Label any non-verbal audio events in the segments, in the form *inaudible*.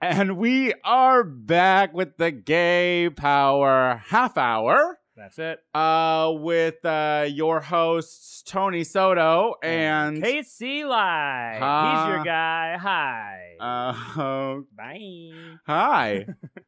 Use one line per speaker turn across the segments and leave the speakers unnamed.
And we are back with the Gay Power Half Hour
That's it.
uh, with uh, your hosts, Tony Soto and.
KC Live. He's
Huh.
your guy. Hi.
Uh, *laughs*
Bye.
hi.
*laughs*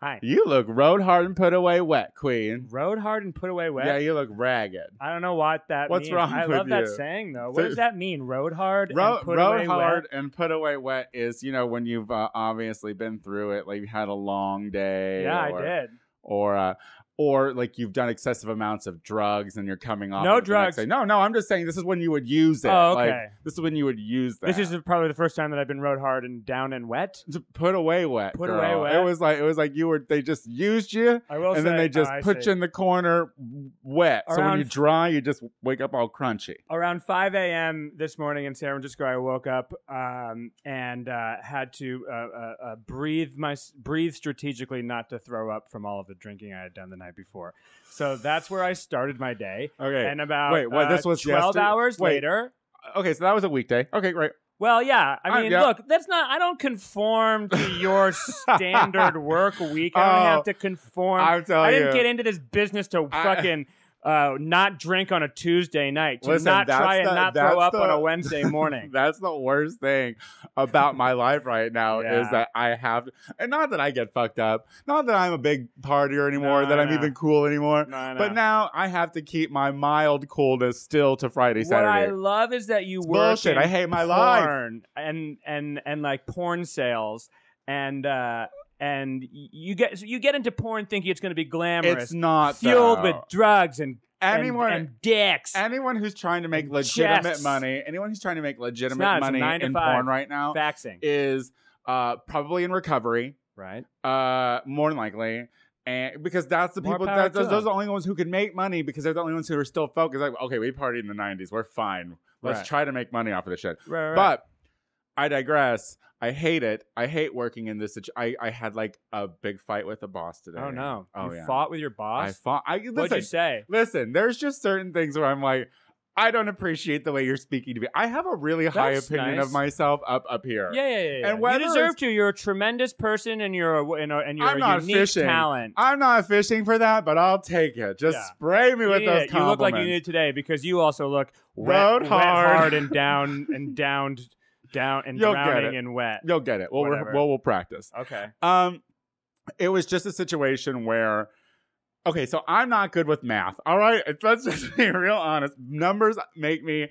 Hi.
You look road hard and put away wet, Queen.
Road hard and put away wet.
Yeah, you look ragged.
I don't know what that
What's
means.
wrong
I
with
love that
you?
saying though.
So-
What does that mean? Road hard
Road,
and put away
road
wet?
hard and put away wet is, you know, when you've uh, obviously been through it, like you had a long day.
Yeah, I
or-
did.
or uh, or like you've done excessive amounts of drugs and you're coming off.
No
of it the next
drugs.
day. No, no. I'm just saying this is when you would use it.
Oh, okay.
Like, this is when you would use that.
this is probably the first time that I've been road hard and down and wet.
To put away wet.
Put
girl.
away
It
wet.
was like it was like you were. They just used you.
I will
and
say,
then they just
oh, I
put
see.
you in the corner w- wet. so when
Around-
you dry, you just wake up all crunchy.
around 5 a.m. this morning in San Francisco, I woke up um, and uh, had to uh, uh, uh, breathe my breathe strategically, not to throw up from all of the drinking I had done the night before. So that's where I started my day.
Okay.
And about
wait, what,
uh,
this was
12
yesterday-
hours
wait.
later.
okay, so that was a weekday. Okay, great.
Well, yeah.
Uh,
I mean,
yeah.
look, that's not. I don't conform to
*laughs*
your standard work week. I don't
Oh,
have to conform.
I'm telling
I didn't
you.
get into this business to
I-
fucking uh, not drink on a Tuesday night, to
Listen,
not
that's
try and
the-
not
that's
throw up on
the-
a
*laughs*
Wednesday morning.
That's the worst thing about my life right now is
Yeah.
that I have, and not that I get fucked up, not that I'm a big partier anymore,
No,
that I'm
no.
even cool anymore,
No, no.
but now I have to keep my mild coolness still to Friday,
what I
Saturday.
love is that you
It's
work
bullshit.
in
I hate my life.
porn and and and like porn sales and uh and y- you get so you get into porn thinking it's going to be glamorous,
it's not
fueled
though.
with drugs and and-
anyone.
and, dicks.
Anyone who's trying to make
and
legitimate
chests.
money, anyone who's trying to make legitimate
not. It's a
money
nine to
in
five.
porn right now
faxing,
is uh, probably in recovery.
right?
uh more than likely and because that's the
More
people
power
that, those,
to
those are
them.
the only ones who can make money because they're the only ones who are still focused like okay we partied in the 90s we're fine let's
Right.
try to make money off of this shit
Right, right, right.
but i digress i hate it i hate working in this situ- I, I had like a big fight with a boss today
oh no,
Oh,
you
yeah.
fought with your boss.
i fought i
What'd
listen
you say?
listen there's just certain things where i'm like i don't appreciate the way you're speaking to me i have a really high
That's
opinion of
nice.
myself up up here
Yeah, yeah, yeah. yeah.
And whether
you
it's-
deserve to. You're a tremendous person, and you're a, and, a, and you're
I'm
a
not
unique
fishing.
talent.
I'm not fishing for that, but I'll take it. Just
Yeah.
spray me
You
with
need
those
it.
compliments.
You look like you did today because you also look wet,
Road
wet
hard. *laughs*
and down and downed, down and
You'll get
drowning
it.
and wet.
You'll get it. We'll re-
Whatever.
we'll, we'll practice.
Okay.
Um, it was just a situation where, okay, so I'm not good with math. All right, *laughs* It's- let's just be real honest. Numbers make me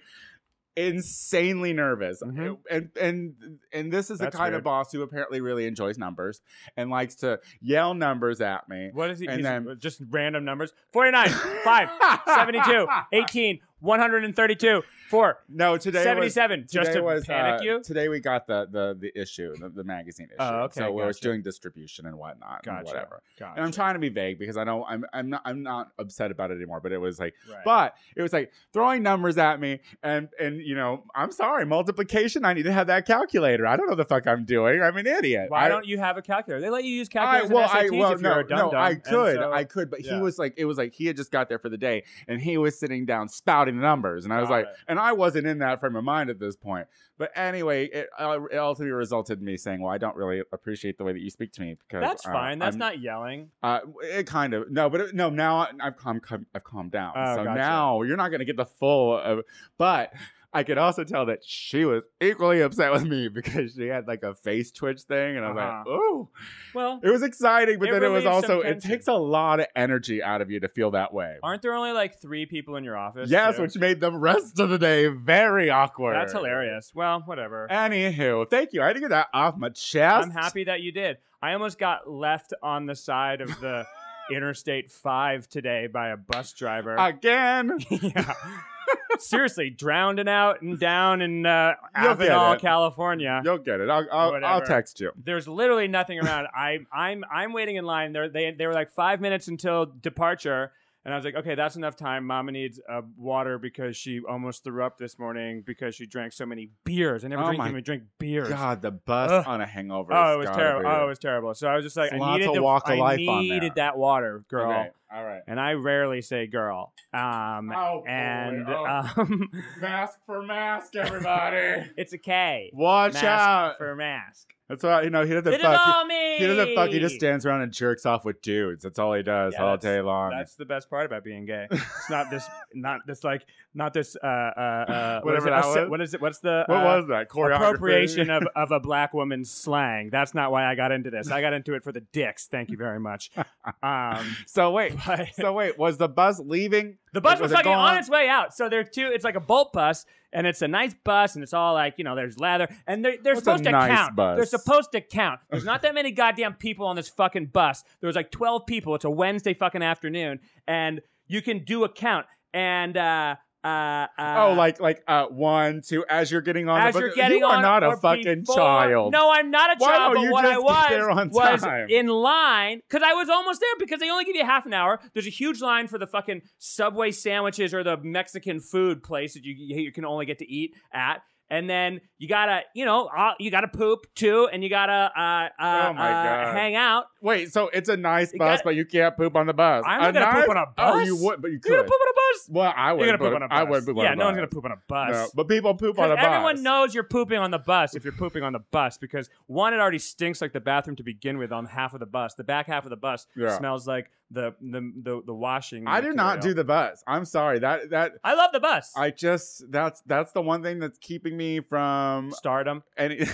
insanely nervous,
Mhm.
and and and this is
That's
the kind of
weird.
boss who apparently really enjoys numbers and likes to yell numbers at me.
What is he?
And
he's-
then-
just random numbers 49,
*laughs*
5, 72, 18, 132, 4,
No, today was
77. just
Today
to
was,
panic
uh,
you?
Today we got the the the issue, the, the magazine issue.
Oh,
So
okay,
we was
gotcha.
doing distribution and whatnot, and
Gotcha.
whatever.
Gotcha.
And I'm trying to be vague because I know I'm I'm not I'm not upset about it anymore. But it was like,
Right.
but it was like throwing numbers at me, and and you know, I'm sorry, multiplication. I need to have that calculator. I don't know the fuck I'm doing. I'm an idiot.
Why
I,
don't you have a calculator? They let you use
I
calculators
well,
in
I
SATs
well,
if you're
no,
a dumb
no, I could, I could, but he
yeah.
was like, it was like he had just got there for the day, and he was sitting down spouting numbers, and I was
Got
like,
it.
and I wasn't in that frame of mind at this point. But anyway, it, uh, it ultimately resulted in me saying, well, I don't really appreciate the way that you speak to me because
That's
uh,
fine. That's
I'm-
not yelling.
Uh, it kind of no, but it, no. Now I- I've calmed, calm- I've calmed down.
Oh,
so
gotcha.
now you're not going to get the full. Of, but I could also tell that she was equally upset with me because she had like a face twitch thing, and I was like,
Uh-huh.
"Ooh,
Well,
it was exciting." But
It
then it was
relieves some
also it
tension.
takes a lot of energy out of you to feel that way.
aren't there only like three people in your office?
Yes,
too?
which made the rest of the day very awkward.
That's hilarious. Well, whatever.
Anywho, thank you. I had to get that off my chest.
I'm happy that you did. I almost got left on the side of the
*laughs*
Interstate 5 today by a bus driver. *laughs*
again.
yeah. Seriously, drowned and out and down in uh,
You'll get
Avenal,
it.
California.
You'll get it. I'll, I'll, I'll
Whatever.
text you.
There's literally
*laughs*
nothing around. I, I'm I'm waiting in line. They're, they they were like five minutes until departure, and I was like, okay, that's enough time. Mama needs uh, water because she almost threw up this morning because she drank so many beers. I never
Oh
drink
my
even drink beers.
God, the bus
Ugh.
on a hangover.
Oh,
has
it was
gotta
terrible.
be-
Oh, it was terrible. So I was just like,
It's
I
lots
needed
of
the-
walk of
I
life on
needed
there.
that water, girl.
Okay. All right.
and I rarely say girl. Um,
Oh, boy.
and
Oh,
um, *laughs*
mask for mask, everybody.
it's a K.
*laughs* Watch
Mask
out.
for mask.
That's why you know he doesn't
Did it
fuck.
all me.
He, he doesn't fuck. He just stands around and jerks off with dudes. That's all he does
Yeah,
all
that's-
day long.
That's the best part about being gay. It's
*laughs*
not this, not this, like, not this. Uh, uh, uh, what is
Whatever
it?
that
Assi-
was.
What is it? What's the
what
uh,
was that? Choreography.
appropriation of, of a black woman's slang? That's not why I got into this. I got into it for the dicks. Thank you
*laughs*
very much. Um,
*laughs* So wait.
but-
So wait. Was the bus leaving?
The bus
Like, was
was,
it
fucking on
gone?
its way out. So there are two. It's like a bolt bus, and it's a nice bus, and it's all like you know, there's lather, and they're they're
What's a
supposed to
nice
count.
bus?
They're supposed
*laughs*
to count. There's not that many goddamn people on this fucking bus. There was like twelve people. It's a Wednesday fucking afternoon, and you can do a count. And uh, uh, uh,
oh, like like uh one two. As you're getting on,
as
the bus,
you're getting
you
on,
are not
or
a fucking
before-
child.
No, I'm not a
Why
child.
don't
but
you
what I
just
was
get there on
was
time?
in line because I was almost there because they only give you half an hour. There's a huge line for the fucking Subway sandwiches or the Mexican food place that you you can only get to eat at. And then you gotta, you know, uh, you gotta poop too, and you gotta uh, uh,
Oh my
uh,
God.
hang out.
Wait. So it's a nice
You
bus,
got-
but you can't poop on the bus.
I'm not
a
gonna
nice,
poop on a
Oh, you
bus.
would, but you could.
You're gonna poop on a bus.
well, I
You're
would.
gonna poop on a bus.
I would poop on
yeah,
a bus.
no one's gonna poop on a bus.
No, but people poop on a
Because
bus.
everyone knows you're pooping on the bus if you're pooping on the bus because one, it already stinks like the bathroom to begin with on half of the bus. The back half of the bus
Yeah.
smells like the the the, the washing.
I do not do
material.
the bus. I'm sorry. That that
I love the bus.
I just that's that's the one thing that's keeping me from
Stardom *laughs*
any. *laughs*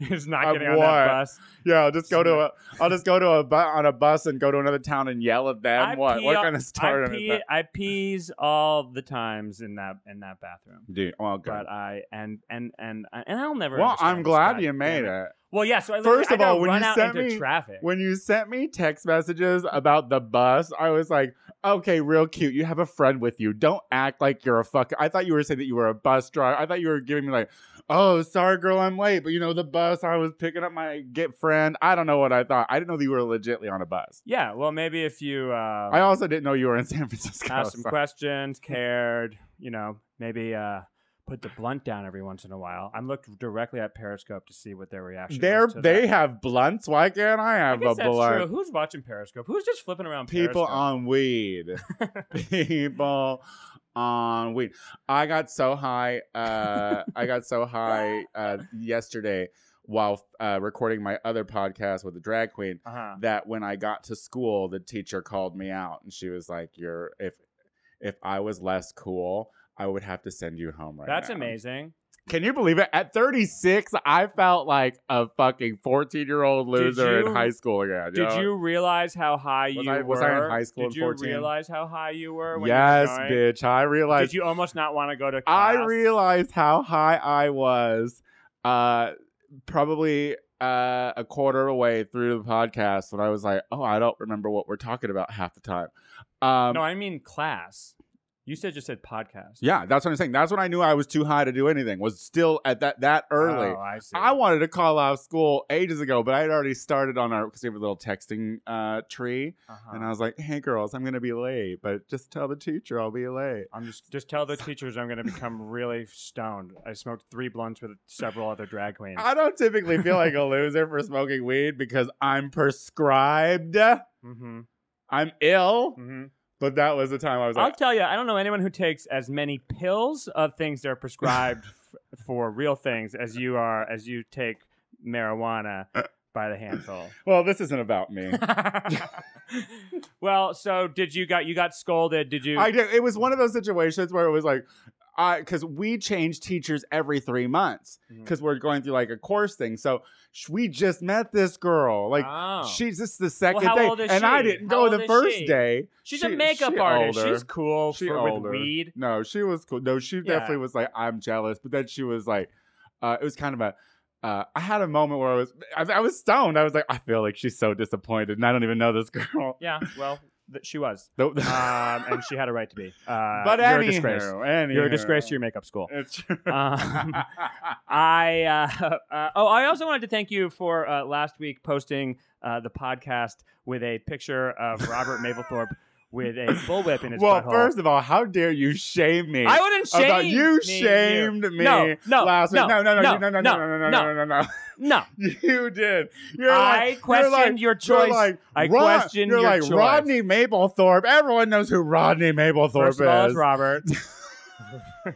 is not
Of
getting on
what?
that bus.
yeah, I'll just go to a. I'll just go to a bu- on a bus and go to another town and yell at them.
I
what?
pee
what
all-
kind of
I
stardom is
pee,
that?
I pees all the times in that in that bathroom.
Dude, well, good.
But I and and and and I'll never.
Well,
understand
I'm
this
glad
guy.
you made
Damn
it.
Well, yeah. So I
First
literally- I
of all,
gotta
when
run
you
out
sent
into
me-
traffic,
When you sent me text messages about the bus, I was like, okay, real cute. You have a friend with you. Don't act like you're a fuck. I thought you were saying that you were a bus driver. I thought you were giving me like, oh, sorry, girl, I'm late. But you know, the bus, I was picking up my get friend. I don't know what I thought. I didn't know that you were legitly on a bus.
yeah. Well, maybe if you. Um,
I also didn't know you were in San *laughs* Francisco.
asked some
so- *laughs*
questions, cared, you know, maybe uh, put the blunt down every once in a while. I looked directly at Periscope to see what their reaction
They're,
was. to
they
that.
have blunts. Why can't I
I
have a
guess that's
blunt?
true. Who's watching Periscope? Who's just flipping around
people
Periscope?
on weed people on weed i got so high uh i got so high uh yesterday while uh recording my other podcast with the drag queen
Uh-huh.
that when i got to school the teacher called me out and she was like you're if if i was less cool i would have to send you home right
That's
now."
amazing.
can you believe it at 36 i felt like a fucking 14 year old
Did
loser
you-
in high school again
Did
know?
you realize how high
uh, Was
you
I-
were?
was I in high school
Did
at
you
14?
realize how high you were? When
yes
you were going?
bitch i realized
Did you almost not want to go to class?
I realized how high I was uh probably uh a quarter of the way through the podcast when I was like, "Oh, I don't remember what we're talking about half the time." Um
No, I mean class. You said just said podcast.
yeah, that's what I'm saying. That's when I knew I was too high to do anything. Was still at that that early.
Oh, I see.
I wanted to call off school ages ago, but I had already started on our because we have a little texting uh, tree,
Uh-huh.
and I was like, "Hey, girls, I'm gonna be late, but just tell the teacher I'll be late."
I'm just just tell the teachers I'm gonna become really stoned. I smoked three blunts with several other drag queens.
I don't typically feel
*laughs*
like a loser for smoking weed because I'm prescribed.
Mm-hmm,
I'm ill,
mm-hmm.
but that was the time I was
I'll
like,
tell you, I don't know anyone who takes as many pills of things that are prescribed
*laughs*
f- for real things as you are as you take marijuana
Uh.
by the
*laughs*
handful. *laughs*
well, this isn't about me.
well, so did you got you got scolded? Did you?
I did, it was one of those situations where it was like, I because we change teachers every three months
Mhm.
because we're going through like a course thing. So sh- we just met this girl, like
Oh.
she's this is the second
how
day,
old is
and I
she?
didn't
How
go
old
the
is
first
she?
day.
she's
she-
a makeup
she
artist.
older.
She's cool
She
for
older.
with weed.
No, she was cool. No, she
Yeah.
definitely was like, I'm jealous. But then she was like, uh, it was kind of a, uh, I had a moment where I was, I, I was stoned. I was like, I feel like she's so disappointed, and I don't even know this *laughs* girl.
Yeah, well, th- she was,
The- *laughs* the-
um, and she had a right
*laughs*
to be. Uh,
but
you're
anywho,
a disgrace.
anywho.
You're a
uh,
disgrace to your
*laughs*
makeup school.
It's
*laughs*
true.
Um, I uh, *laughs* uh, oh, I also wanted to thank you
*laughs*
for uh, last week posting uh, the podcast with a picture of Robert Mapplethorpe with a bullwhip in his
Well,
butthole.
first of all, how dare you shame me?
I wouldn't shame
about you
me,
shamed me
No, no,
last
no,
week. No, no, no,
no,
you- no, no, no, no, no, no, no, *laughs* no, no.
No,
You did. You're
I
like,
questioned
you're like,
your
you're
choice.
like,
I
Ro-
questioned
You're
your
like
choice.
Rodney Mapplethorpe. Everyone knows who Rodney Mapplethorpe
First of all,
is. *laughs*
it's Robert.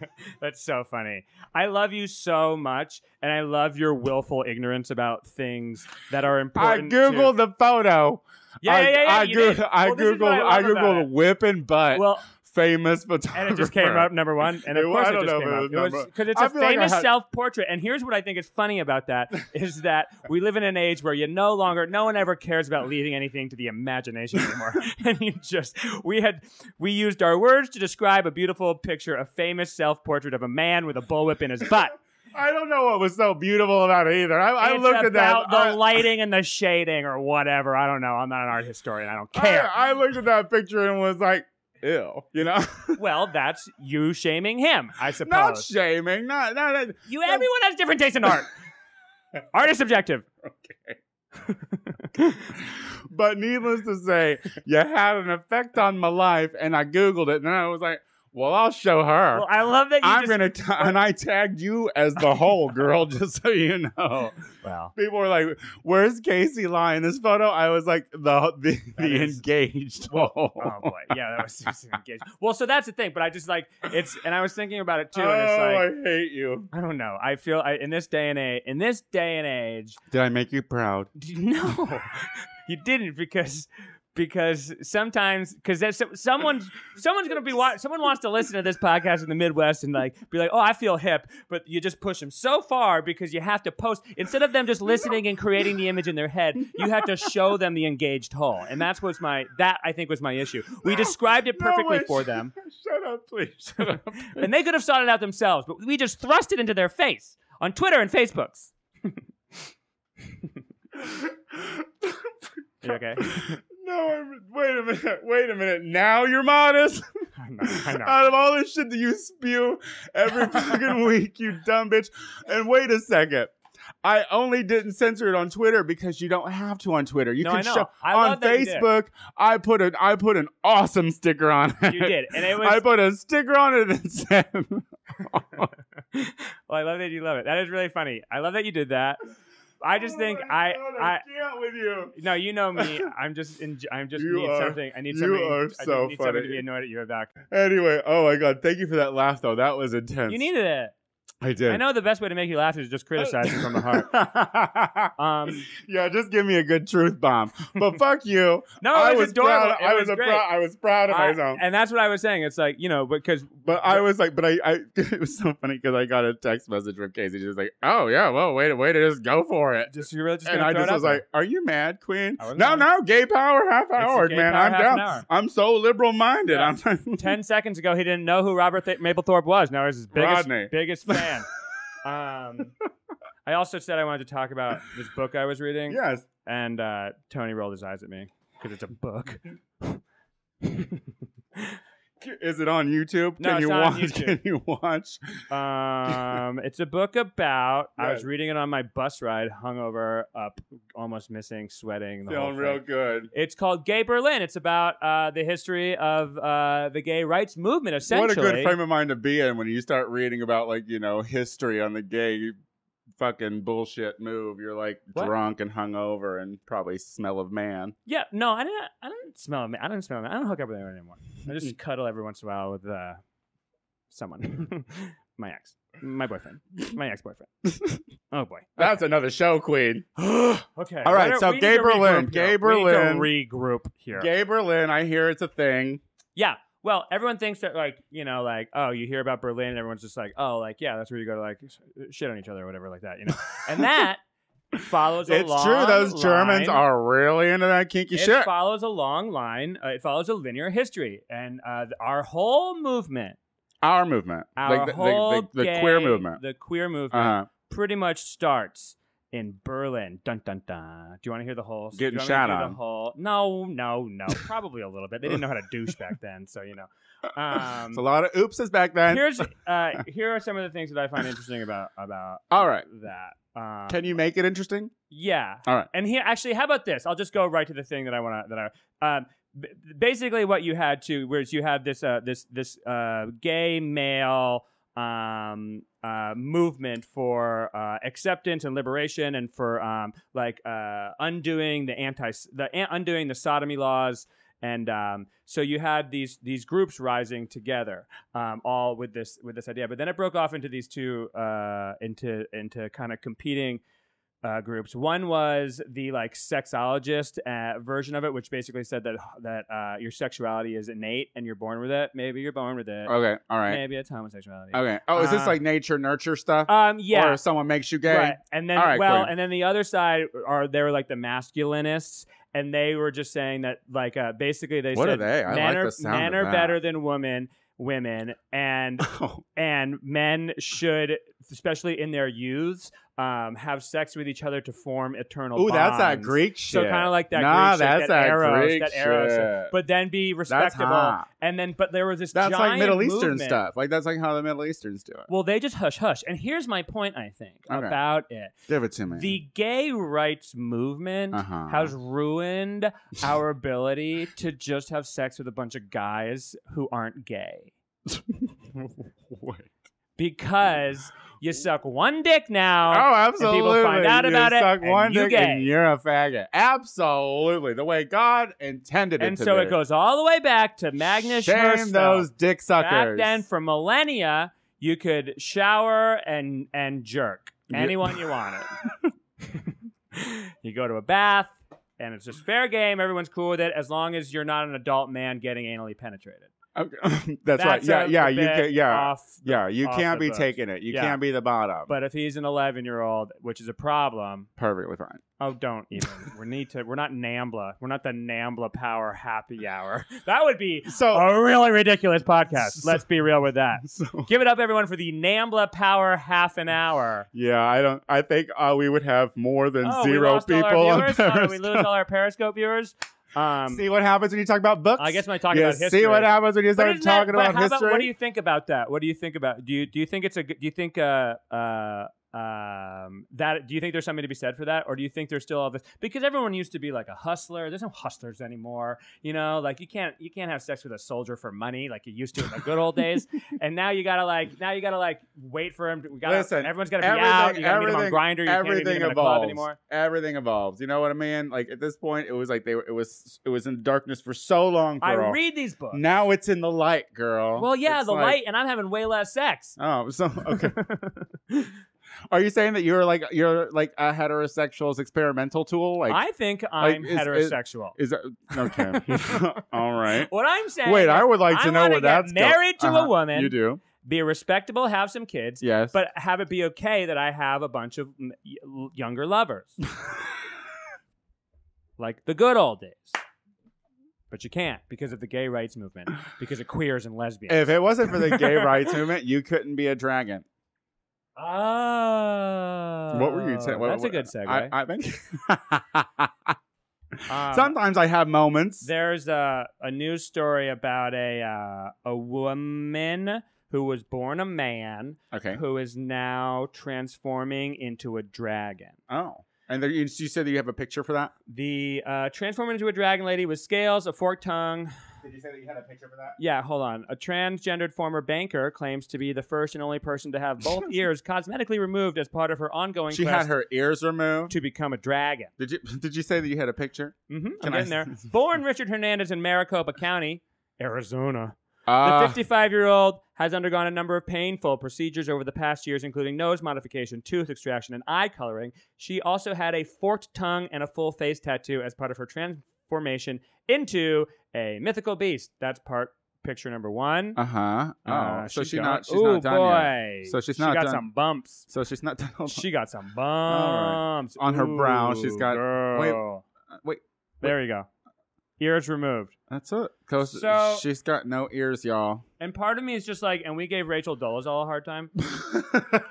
*laughs* That's so funny. I love you so much, and I love your willful ignorance about things that are
I
important. to-
googled the photo.
Yeah,
I,
yeah, yeah. yeah,
I,
you
goo-
did.
I
Well, this is what
googled.
I
I,
love about
googled whip and butt.
it. Well,
famous photographer.
and
*laughs*
it just came up number one, and of
It-
course
I
it
don't
just
know
came
if it
up.
was
It was
number-
because it's
I
a
feel like I
famous
had-
self-portrait. And here's what I think is funny about that
*laughs*
is that we live in an age where you no longer, no one ever cares about leaving anything to the
*laughs*
imagination anymore. *laughs* and you just, we had, we used our words to describe a beautiful picture, a famous self-portrait of a man with a bullwhip in his butt.
I don't know what was so beautiful about it either. *laughs* I, I
It's
looked at that.
about the
I-
lighting and the shading or whatever. I don't know. I'm not an art historian. I don't care.
I, I looked at that picture and was like, ew. You know, *laughs*
well, that's you shaming him, I suppose.
not shaming. Not not. not-
You everyone has different tastes in art. *laughs* art is subjective.
*laughs* but needless to say, you had an effect on my life, and I googled it, and then I was like, well, I'll show her.
Well, I love that *laughs* you
I'm
just
gonna t- and I tagged you as the whole girl, *laughs* just so you know.
well.
People were like, "Where's Casey lying this photo?" I was like, "the the,
That
the
is- *laughs*
engaged." Oh,
Oh boy, yeah, that was just engaged. Well, so that's the thing, but I just like it's, and I was thinking about it too, and it's
Oh, I
like
hate you.
Oh, I don't know. I feel I, in this day and age, in this day and age,
Did I make you proud? *laughs*
No, *laughs* you didn't because because sometimes because there's some- someone's someone's gonna be wa- someone wants to listen to this podcast in the Midwest and like be like, oh, I feel hip, but you just push them so far because you have to post instead of them just listening and creating the image in their
*laughs*
head, you have to show them the engaged hull, and that's what's my that I think was my issue.
*laughs*
We described it
No,
perfectly
wait.
for them,
*laughs* Shut up, please. Shut up. *laughs*
and they could have sought it out themselves, but we just thrust it into their face on Twitter and Facebooks. You
*laughs*
okay?
No, I'm, wait a minute. Wait a minute. Now you're modest.
I know.
*laughs*
I know.
Out of all this shit that you spew
*laughs*
every fucking week, you dumb bitch. And wait a second. I only didn't censor it on Twitter because you don't have to on Twitter. You
No,
can
I know.
show
I
on
love that you did.
Facebook. I put an I put an awesome sticker on it.
You did,
*laughs*
and it was.
I put a sticker on it that said
*laughs* well, Oh, I love that you love it. That is really funny. I love that you did that. *laughs* I just
Oh
think
my
I,
God, *laughs*
I,
can't with you.
no, you know me. I'm just, in, I'm just
You
need
are-
something. I need
you
something.
are
I
so
need somebody
funny.
to be annoyed at you about.
Anyway, oh my god, thank you for that laugh though. That was intense.
You needed it.
I did.
I know the best way to make you laugh is just criticize you *laughs* from the heart.
heart.
Um,
*laughs* yeah, just give me a good truth bomb.
*laughs*
But fuck you.
no,
I
Oh, it was,
was
adorable.
proud.
It
I
was,
was, a
great.
proud. I was proud of
I-
myself.
and that's what I was saying. It's like you know, because
But I was like, but I, *laughs* I it was so funny because I got a text message from Casey. She was like, "Oh yeah, well, wait, wait, to just go for it."
just you're really just
and
gonna
I
throw
just
it
was
out
like, "Are you mad, Queen?
I wasn't
No,
mad.
no, gay power, half
there. It's a
hour,
gay
man.
power
I'm
half an
down.
hour.
I'm so liberal minded.
Yeah.
I'm *laughs*
Ten seconds ago, he didn't know who Robert Th- Mapplethorpe was. Now he's his biggest
Rodney. *laughs*
biggest fan. um, I also said I wanted to talk about this book I was reading, *laughs*
yes,
and uh, Tony rolled his eyes at me because it's a book.
is it on YouTube?
No,
can
it's
you
not on
watch? *laughs*
YouTube.
Can you watch?
Um, it's a book about. I was
Yes.
reading it on my bus ride, hungover, up, almost missing, sweating. The whole
Feeling real
thing.
good.
It's called Gay Berlin. It's about uh, the history of uh, the gay rights movement. Essentially,
What a good frame of mind to be in when you start reading about like you know history on the gay fucking bullshit move. You're like
What?
drunk and hungover and probably smell of man.
Yeah, no, I didn't. I don't smell. ma- I don't smell. ma- I don't hook up with anyone anymore. I
Mm.
just cuddle every once in a while with uh, someone, *laughs* my ex, my boyfriend, my ex-boyfriend.
*laughs*
oh boy,
That's another show,
*gasps*
Queen.
okay.
Uh, All right,
Why don't-
so
we need to
Gay Berlin, Gay
regroup here.
Berlin.
We need to regroup here.
Gay Berlin, I hear it's a thing.
yeah. Well, everyone thinks that like you know like oh you hear about Berlin and everyone's just like oh like yeah that's where you go to like sh- shit on each other or whatever like that you know
*laughs*
and that follows. a
It's true. Those
long
Germans
line.
are really into that kinky
it
shit.
follows a long line. Uh, it follows a linear history, and uh, th- our whole movement,
Our movement,
our
like the, the-
whole
the, the
gay-
queer movement.
the queer movement,
Uh-huh.
pretty much starts in Berlin. Dun dun dun. Do you want to hear the whole?
Getting
do you want me to
shot
do the
on.
whole- no, no, no. Probably a little bit. They didn't
*laughs*
know how to douche back then, so you know. Um,
it's a lot of oopses back then. *laughs*
here's uh, here are some of the things that I find interesting about about
All right.
that. Um,
Can you make it interesting?
yeah.
All right.
And here, actually, how about this? I'll just go right to the thing that I want to. That I um, b- basically what you had too was you had this uh, this this uh, gay male um, uh, movement for uh, acceptance and liberation and for um, like uh, undoing the anti the an- undoing the sodomy laws and um, so you had these these groups rising together um, all with this with this idea but then it broke off into these two uh, into into kind of competing uh, groups. One was the like sexologist uh, version of it, which basically said that that uh, your sexuality is innate and you're born with it. Maybe you're born with it.
Okay, all right.
Maybe it's homosexuality.
Okay. Oh, is this
Uh,
like nature nurture stuff?
Um, yeah.
Or if someone makes you gay? *laughs*
Right. And then
All right,
well,
Quinn.
and then the other side are they were like the masculinists, and they were just saying that like uh, basically they
What are
said
they? I
men
like
are
the sound
men
of
are
that.
better than women women
*laughs*
and
Oh.
and men should especially in their youths um, have sex with each other to form eternal
Ooh, that's that
bonds.
Greek shit.
So kind of like that
Nah,
Greek
that's
shit,
that
that, arrows,
Greek
that arrows,
shit.
but then be
that's
respectable.
hot.
And then, but there was this
That's
giant
like Middle Eastern
movement.
stuff. Like that's like how the Middle Easterns do it.
Well, they just hush hush. And here's my point, I think,
Okay.
about it.
Give it to me.
The gay rights movement
Uh-huh.
has ruined our ability to just have sex with a bunch of guys who aren't gay
*laughs*
*laughs*
Wait.
because you suck one dick
Oh,
now.
absolutely.
find out about
you
it,
suck
and
one
you
dick
gay.
and you're a faggot. Absolutely. The way God intended it
and
to
so
be.
it goes all the way back to Magnus
Shame
Hirschfeld.
those dick
Back
suckers.
then, for millennia, you could shower and and jerk
Yeah.
anyone
*laughs*
you wanted. you go to a bath, and it's just fair game. Everyone's cool with it as long as you're not an adult man getting anally penetrated.
Okay. *laughs* that's, right.
That's
Yeah,
a
yeah, you
bit
can yeah.
Off,
yeah, you
off
can't
the
be
books.
taking it. You
Yeah.
can't be the bottom.
but if he's an 11 year old, which is a problem.
Perfectly fine.
Oh, don't even.
*laughs*
we need to. We're not Nambla. We're not the Nambla Power Happy Hour. *laughs* That would be
So,
a really ridiculous podcast.
So-
Let's be real with that.
*laughs* so
Give it up, everyone, for the Nambla Power Half an Hour.
yeah, I don't. I think uh, we would have more than
Oh,
zero
we lost
people
All our
on
viewers? Oh, did we lose
Periscope.
all our Periscope viewers.
*laughs*
Um,
see what happens when you talk about books.
I guess when I talk
You
about history.
see what happens when you
But
start
isn't that-
talking
but
about
how
history.
About, what do you think about that? What do you think about? Do you do you think it's a? good- Do you think uh uh um that? Do you think there's something to be said for that, or do you think there's still all this? Because everyone used to be like a hustler. There's no hustlers anymore. You know, like you can't you can't have sex with a soldier for money like you used to in the good old
*laughs*
days. And now you gotta like now you gotta like wait for him. To, we gotta,
Listen,
everyone's gotta be
everything-
out. You gotta meet him on
everything-
grinder. You can't even meet
everything
him in a club
evolves.
anymore.
Everything evolves. You know what I mean? Like at this point, it was like they were. It was. It was in darkness for so long,
I
girl.
read these books.
now it's in the light, girl.
Well, yeah,
It's
the
like-
light, and I'm having way less sex.
Oh, so
*laughs*
okay. *laughs* Are you saying that you're like you're like a heterosexual's experimental tool? Like,
I think I'm
is- is-
heterosexual.
is that
*laughs*
okay? *laughs* All right.
what I'm saying.
Wait,
is
I would like to
I
know
wanna
where
get
that's go-
married to a
Uh-huh.
woman.
You do,
be respectable, have some kids,
yes.
but have it be okay that I have a bunch of m- y- younger lovers,
*laughs*
like the good old days. But you can't because of the gay rights movement, because of queers and lesbians.
if it wasn't for the
*laughs*
gay rights movement, you couldn't be a dragon.
oh,
What were you saying? What-
That's a
what-
good segue.
I, I think.
Um,
Sometimes I have moments.
There's a, a news story about a uh, a woman who was born a man
Okay.
who is now transforming into a dragon.
Oh, and there, you, you said that you have a picture for that.
The uh, transforming into a dragon lady with scales, a forked tongue.
Did you say that you had a picture for that?
Yeah, hold on. A transgendered former banker claims to be the first and only person to
*laughs*
have both ears cosmetically removed as part of her ongoing
She
quest
had her ears removed.
to become a dragon.
Did you *laughs* Did you say that you had a picture?
hmm I'm
Can I- *laughs*
getting there. Born Richard Hernandez in Maricopa County, Arizona. The
Uh,
55 year old has undergone a number of painful procedures over the past years, including nose modification, tooth extraction, and eye coloring. She also had a forked tongue and a full face tattoo as part of her transformation into a mythical beast. That's part picture number one.
Uh huh. Oh,
Uh,
so
she's
she's
gone.
not. She's
Ooh,
not done yet.
boy.
So she's
she
not
got
done-
some bumps.
So she's not done. Hold on.
She got some
right.
bumps
On her brow,
Ooh,
she's got- wait,
Girl.
Uh, Wait,
There you go. Ears removed.
that's it. 'Cause
So-
she's got no ears,
*laughs*
y'all. *laughs*
And part of me is just like, and we gave Rachel Dolezal a hard time. *laughs*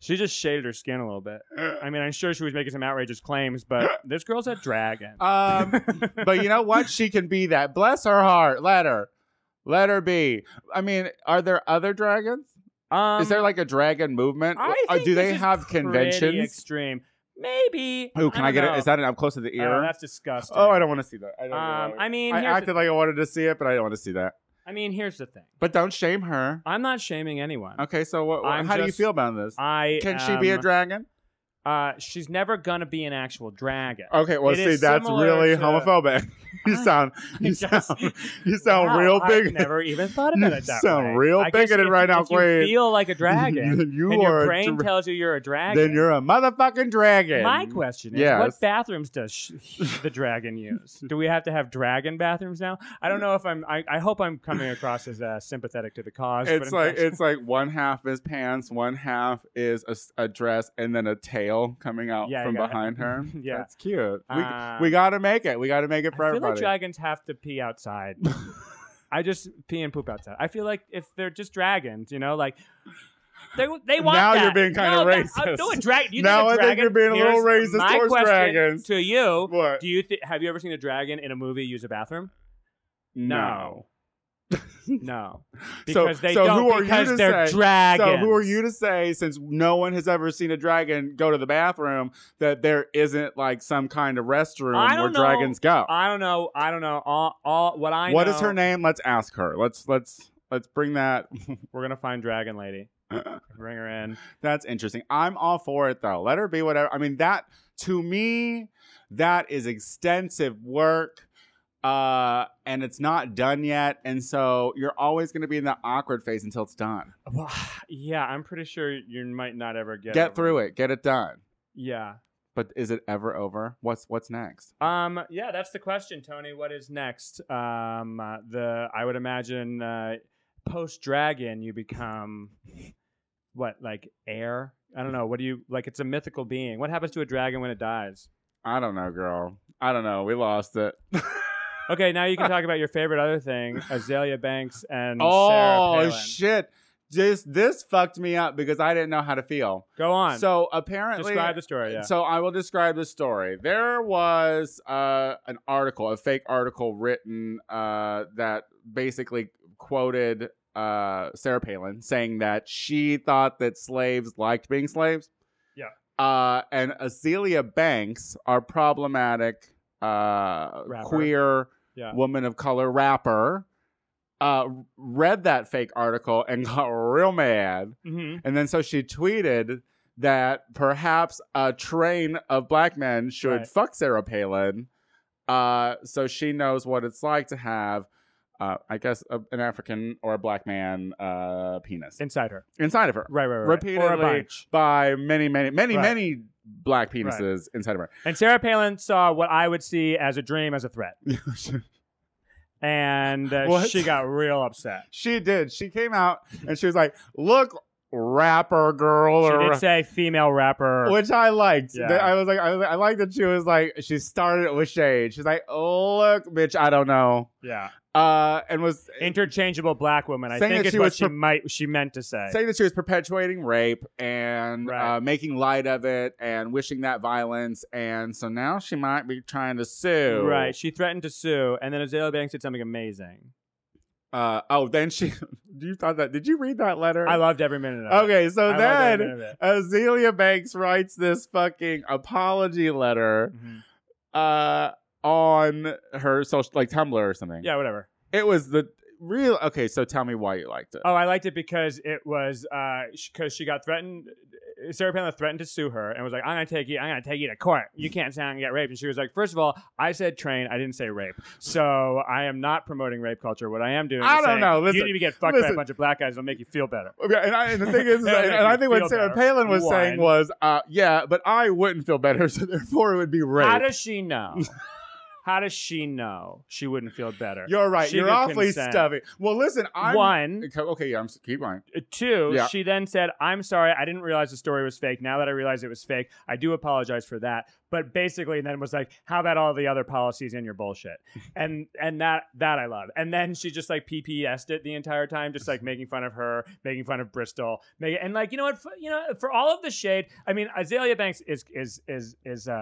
she just shaded her skin a little bit. I mean, I'm sure she was making some outrageous claims,
*laughs*
but this girl's a dragon.
um, but you know what? She can be that. Bless her heart. Let her. Let her be. I mean, are there other dragons?
Um,
is there like a dragon movement?
I
Uh,
think
Do
this
they
is
have
pretty
conventions?
Extreme. Maybe.
Ooh, can I,
don't
get
know.
it? Is that an up close to the
Oh,
ear?
that's disgusting.
oh, I don't want to see that. I don't
Um,
know.
I mean,
I
here's
acted like I wanted to see it, but I don't want to see that.
the, I mean, here's the thing.
But don't shame her.
I'm not shaming anyone.
Okay, so what, what-
I'm
how do you
just-
feel about this?
I
Can she be a
am-
dragon?
Uh, she's never gonna be an actual dragon.
Okay, well,
it
see,
is
that's
similar
really
to-
homophobic. *laughs* you
*laughs* I-
sound, you
guess- *laughs*
sound, you sound
Wow,
real
I
big.
never even thought about
You
it that
sound
way.
real
I guess
bigoted
if-
right now,
if you
Queen. *laughs*
feel like a dragon,
Then you
and your
are a
brain
dra-
tells you you're a dragon.
then you're a motherfucking dragon.
My question is,
Yes.
what bathrooms does sh- the dragon use? Do we have to have dragon bathrooms now? I don't know if I'm. I, I hope I'm coming across as uh, sympathetic to the cause. but
It's
in
like
fact-
it's like one half is pants, one half is a, s- a dress, and then a tail coming out
Yeah,
from
yeah.
behind her.
*laughs* Yeah.
that's cute. We,
Uh,
we gotta make it. We gotta make it for
I feel
everybody.
like dragons have to pee
*laughs*
outside. I just pee and poop outside. I feel like if they're just dragons, you know, like they they want
Now
that.
you're being kinda
No, that-
racist.
I'm doing drag- you
Now
think
I
a
think
dragon,
you're being a little
Here's
racist
my
towards
question
dragons.
To you,
what?
do you thi- have you ever seen a dragon in a movie use a bathroom?
No.
No,
So-
because they
so
don't.
who are you
because
to
they're
say-
dragons.
So who are you to say, since no one has ever seen a dragon go to the bathroom, that there isn't like some kind of restroom
I
where
don't know.
dragons go?
I don't know. I don't know. All, all what I
What
know.
is her name? Let's ask her. Let's let's let's bring that.
We're gonna find Dragon Lady.
Uh-uh.
Bring her in.
That's interesting. I'm all for it though. Let her be whatever. I mean, that to me, that is extensive work. Uh, and it's not done yet. And so you're always going to be in that awkward phase until it's done.
Well, yeah, I'm pretty sure you might not ever get
Get through it, get it done.
Yeah.
But is it ever over? What's what's next?
Um. Yeah, that's the question, Tony. What is next? Um. uh, the I would imagine uh, post Dragon, you become what like air. I don't know. What do you like? It's a mythical being. What happens to a dragon when it dies?
I don't know, girl. I don't know. We lost *laughs* it.
Okay, now you can talk about your favorite other thing, Azalea Banks and Sarah
oh
Palin.
shit. This this fucked me up because I didn't know how to feel.
Go on.
So apparently
describe the story. Yeah.
So I will describe the story. There was uh, an article, a fake article written uh, that basically quoted uh, Sarah Palin saying that she thought that slaves liked being slaves.
Yeah.
Uh, and Azealia Banks, our problematic uh,
Rapper.
queer
Yeah.
woman of color rapper, uh, read that fake article and *laughs* got real mad.
Mhm.
And then so she tweeted that perhaps a train of black men should
Right.
fuck Sarah Palin. Uh, so she knows what it's like to have, uh, I guess, a, an African or a black man uh, penis
Inside her.
inside of her
Right, right, right. right. Or a
Repeatedly.
bunch.
by many, many, many,
Right.
many black penises inside of her.
And Sarah Palin saw what I would see as a dream as a threat. And uh,
What?
she got real upset.
*laughs* she did. She came out and she was like, "Look, rapper girl,"
She
or
did say female rapper.
which I liked.
Yeah.
That- I was like, I, was- I like that she was like, she started it with shade. She's like, look, bitch, I don't know,
Yeah.
uh, and was
Interchangeable black woman. I
Saying
think
that
it's
she
what
was
she
pro-
might she meant to say.
saying that she was perpetuating rape and
Right.
uh, making light of it and wishing that violence, and so now she might be trying to sue.
Right. She threatened to sue, and then Azalea Banks did something amazing.
Uh, oh, then she. *laughs* you thought that? Did you read that letter?
I loved every minute of it.
Okay, so
I loved every
then
minute of it.
Azealia Banks writes this fucking apology letter
Mhm.
uh, on her social, like Tumblr or something.
Yeah, whatever.
It was the real. Okay, so tell me why you liked it.
Oh, I liked it because it was because she got threatened. uh, Sarah Palin threatened to sue her and was like, "I'm gonna take you. I'm gonna take you to court.
Mm.
You can't say I'm gonna get raped." And she was like, first of all, I said train. I didn't say rape. So I am not promoting rape culture. What I am doing, is
I don't
saying,
know.
you
Listen,
need to get fucked by
listen.
a bunch of black guys. It'll make you feel better."
Okay, and, I, and the
*laughs*
thing is, is
That'll
and,
make
and I
you
think what
feel
Sarah
better.
Palin was saying
One.
was, uh, yeah, but I wouldn't feel better, *laughs* so therefore it would be rape.
How does she know? How does she know she wouldn't feel better?
You're right.
she
You're
could
awfully
consent.
stubby. Well, listen, I'm.
One,
Okay, Okay, yeah, I'm s- keep going.
Uh, Two,
Yeah.
she then said, I'm sorry, I didn't realize the story was fake. Now that I realize it was fake, I do apologize for that. But basically then was like, How about all the other policies in your bullshit? And and that that I love. And then she just like PPS'd it the entire time, just like making fun of her, making fun of Bristol, making and like, you know what, for, you know, for all of the shade, I mean, Azalea Banks is is is is uh,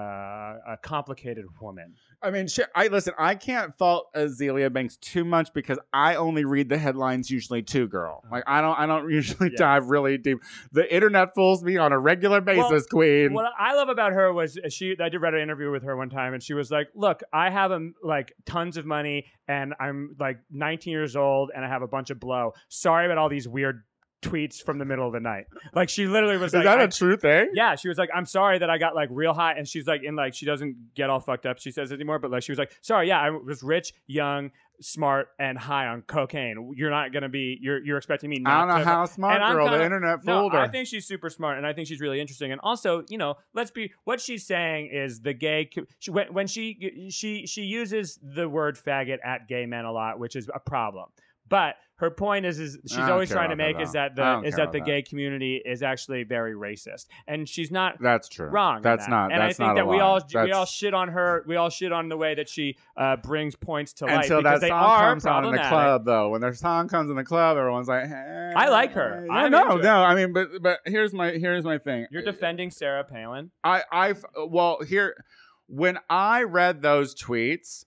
a complicated woman.
I mean, shit. I listen. I can't fault Azealia Banks too much because I only read the headlines usually too, girl. Like I don't. I don't usually
Uh-huh. Yeah.
dive really deep. The internet fools me on a regular basis, Queen.
What I love about her was uh, she. I did read an interview with her one time, and she was like, "Look, I have um, like tons of money, and I'm like 19 years old, and I have a bunch of blow. Sorry about all these weird tweets from the middle of the night." Like she literally was
Is
like,
that
"I-
a true thing?
yeah, she was like, "I'm sorry that I got like real high," and she's like, "In like she doesn't get all fucked up." She says it anymore, but like she was like, "Sorry, yeah, I was rich, young, smart, and high on cocaine. You're not gonna be. You're you're expecting me not
I don't know
to
how smart
and I'm
girl. the
kinda-
internet
no,
fooled her.
I think she's super smart, and I think she's really interesting. And also, you know, let's be what she's saying is the gay. co- She, when, when she she she uses the word faggot at gay men a lot, which is a problem. But her point is, is she's
I don't
always
care
trying to
about that,
make is
though.
that
I
the
don't
is
care
that the
about
gay community is actually very racist, and she's not
that's true.
wrong. in
That's
that.
not.
And
that's
I think
not
that
a
we
lie.
all we
That's-
all shit on her. We all shit on the way that she uh, brings points to light
until that
because they
song
are
comes on in the
problematic.
club, though. When their song comes in the club, everyone's like, hey.
I like her.
Yeah,
I'm
no,
into it.
no. I mean, but but here's my here's my thing.
You're defending Sarah Palin.
I I've well here when I read those tweets,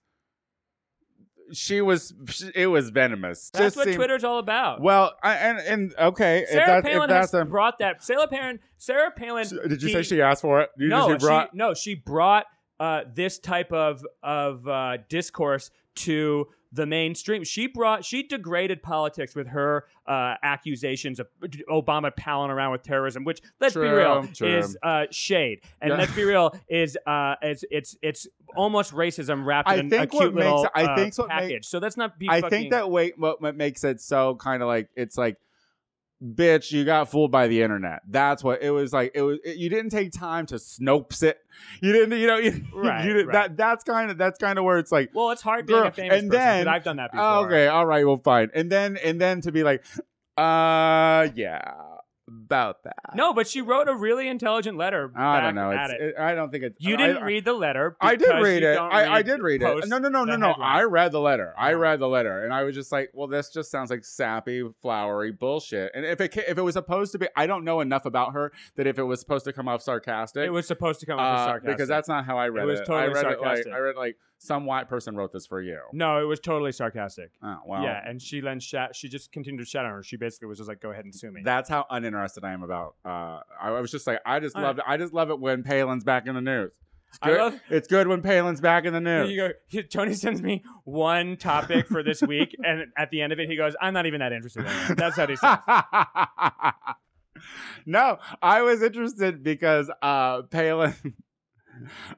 she was it was venomous.
That's
Just
what
seemed-
Twitter's all about.
Well, I, and and okay, if
Sarah
that- if
Palin
that's
has
a-
brought that. Sarah Palin. Sarah Palin.
did you
the-
say she asked for it? You
no,
just- you brought-
she, no, she brought uh, this type of of uh, discourse to the mainstream. She brought she degraded politics with her uh, accusations of Obama palling around with terrorism, which let's be
True,
real
true.
is uh, shade, and
Yeah.
let's be real is uh, it's it's it's almost racism wrapped
I
in a
think what
cute
makes-
little
I
uh,
think what make-
package. so that's not be
I
fucking,
think that wait, what, what makes it so kind of like it's like, bitch, you got fooled by the internet. That's what it was like. It was it, you didn't take time to Snopes it. You didn't, you know, *laughs* you,
Right,
you didn't-
right.
that that's kind of that's kind of where it's like.
well, it's hard being
Girl,
a famous
and
person
then-
'cause I've done that before.
"Oh, okay, all right, well, fine. And then and then to be like, uh, yeah, about that.
No, but she wrote a really intelligent letter.
I don't
back
know.
At
It's,
it.
it- I don't think it's.
you
I-
didn't
I,
read the letter.
I did
because
read
you
it.
don't
I, I
read
did read it.
posts.
No, no, no, no,
the
no.
headline.
I read the letter. I
Oh.
read the letter, and I was just like, "Well, this just sounds like sappy, flowery bullshit." And if it ca- if it was supposed to be, I don't know enough about her that if it was supposed to come off sarcastic,
It was supposed to come off
uh,
as sarcastic.
because that's not how I read it.
was totally
I read It
sarcastic.
like, I read like some white person wrote this for you.
no, it was totally sarcastic.
Oh well,
Yeah, and she then shat. She just continued to shat on her. She basically was just like, "Go ahead and sue me."
That's how uninterested I am about. Uh, I, I was just like, I just
All
love it. I just love it when Palin's back in the news. It's
I
good,
love.
it's good when Palin's back in the news.
You go, he- Tony sends me one topic for this
*laughs*
week, and at the end of it, he goes, "I'm not even that interested." in it." That's how he
*laughs*
says.
no, I was interested because uh Palin. *laughs*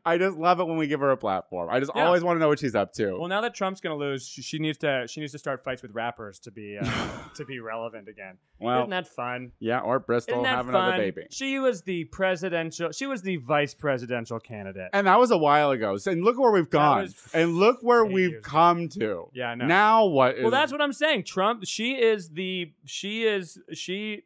I just love it when we give her a platform. I just
Yeah.
always want to know what she's up to.
Well, now that Trump's gonna lose, she, she needs to she needs to start fights with rappers to be
*laughs*
uh, to be relevant again.
*sighs* well,
Isn't that fun?
yeah, or Bristol
Isn't that
have another
fun?
baby.
She was the presidential. She was the vice presidential candidate.
And that was a while ago. So- And look where we've gone.
was
and look where
eight
we've
years ago.
come to.
yeah, I know.
Now what is
well, that's what I'm saying. Trump. She is the. She is she.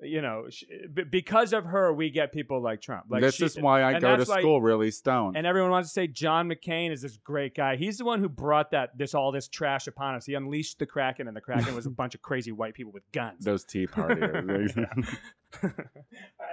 You know, she, b- because of her, we get people like Trump. Like
this
she,
is why I
and
go to
that's like-
school really stoned.
And everyone wants to say John McCain is this great guy. He's the one who brought that this all this trash upon us. He unleashed the Kraken, and the
*laughs*
Kraken was a bunch of crazy white people with
*laughs*
guns.
Those tea parties.
*laughs*
*laughs*
all right,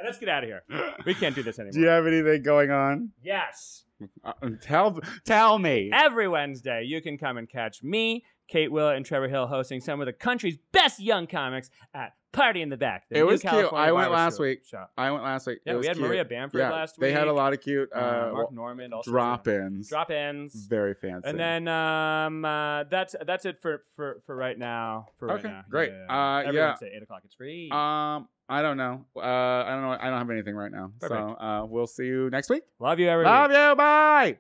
let's get out of here. We can't do this
Do
anymore.
you have anything going on?
Yes.
Uh, tell tell me.
Every Wednesday, you can come and catch me, Kate Willett, and Trevor Hill hosting some of the country's best young comics at Party in the Back. the
It
new
was cute.
California
I went
barber
last
shop-
week.
Shop.
I went last week. It
Yeah, we
was
had
cute.
Maria Bamford last week.
They had a lot of cute
Uh,
uh,
Mark Norman also
drop ins.
drop ins,
Very fancy.
and then um, uh, that's that's it for for for right now. For right
Okay,
now.
great.
Yeah,
Uh,
Every
yeah.
Wednesday, eight o'clock. It's free.
um, I don't know. Uh, I don't know. I don't have anything right now. So
Perfect.
uh, we'll see you next week.
Love you, everyone.
Love you. Bye.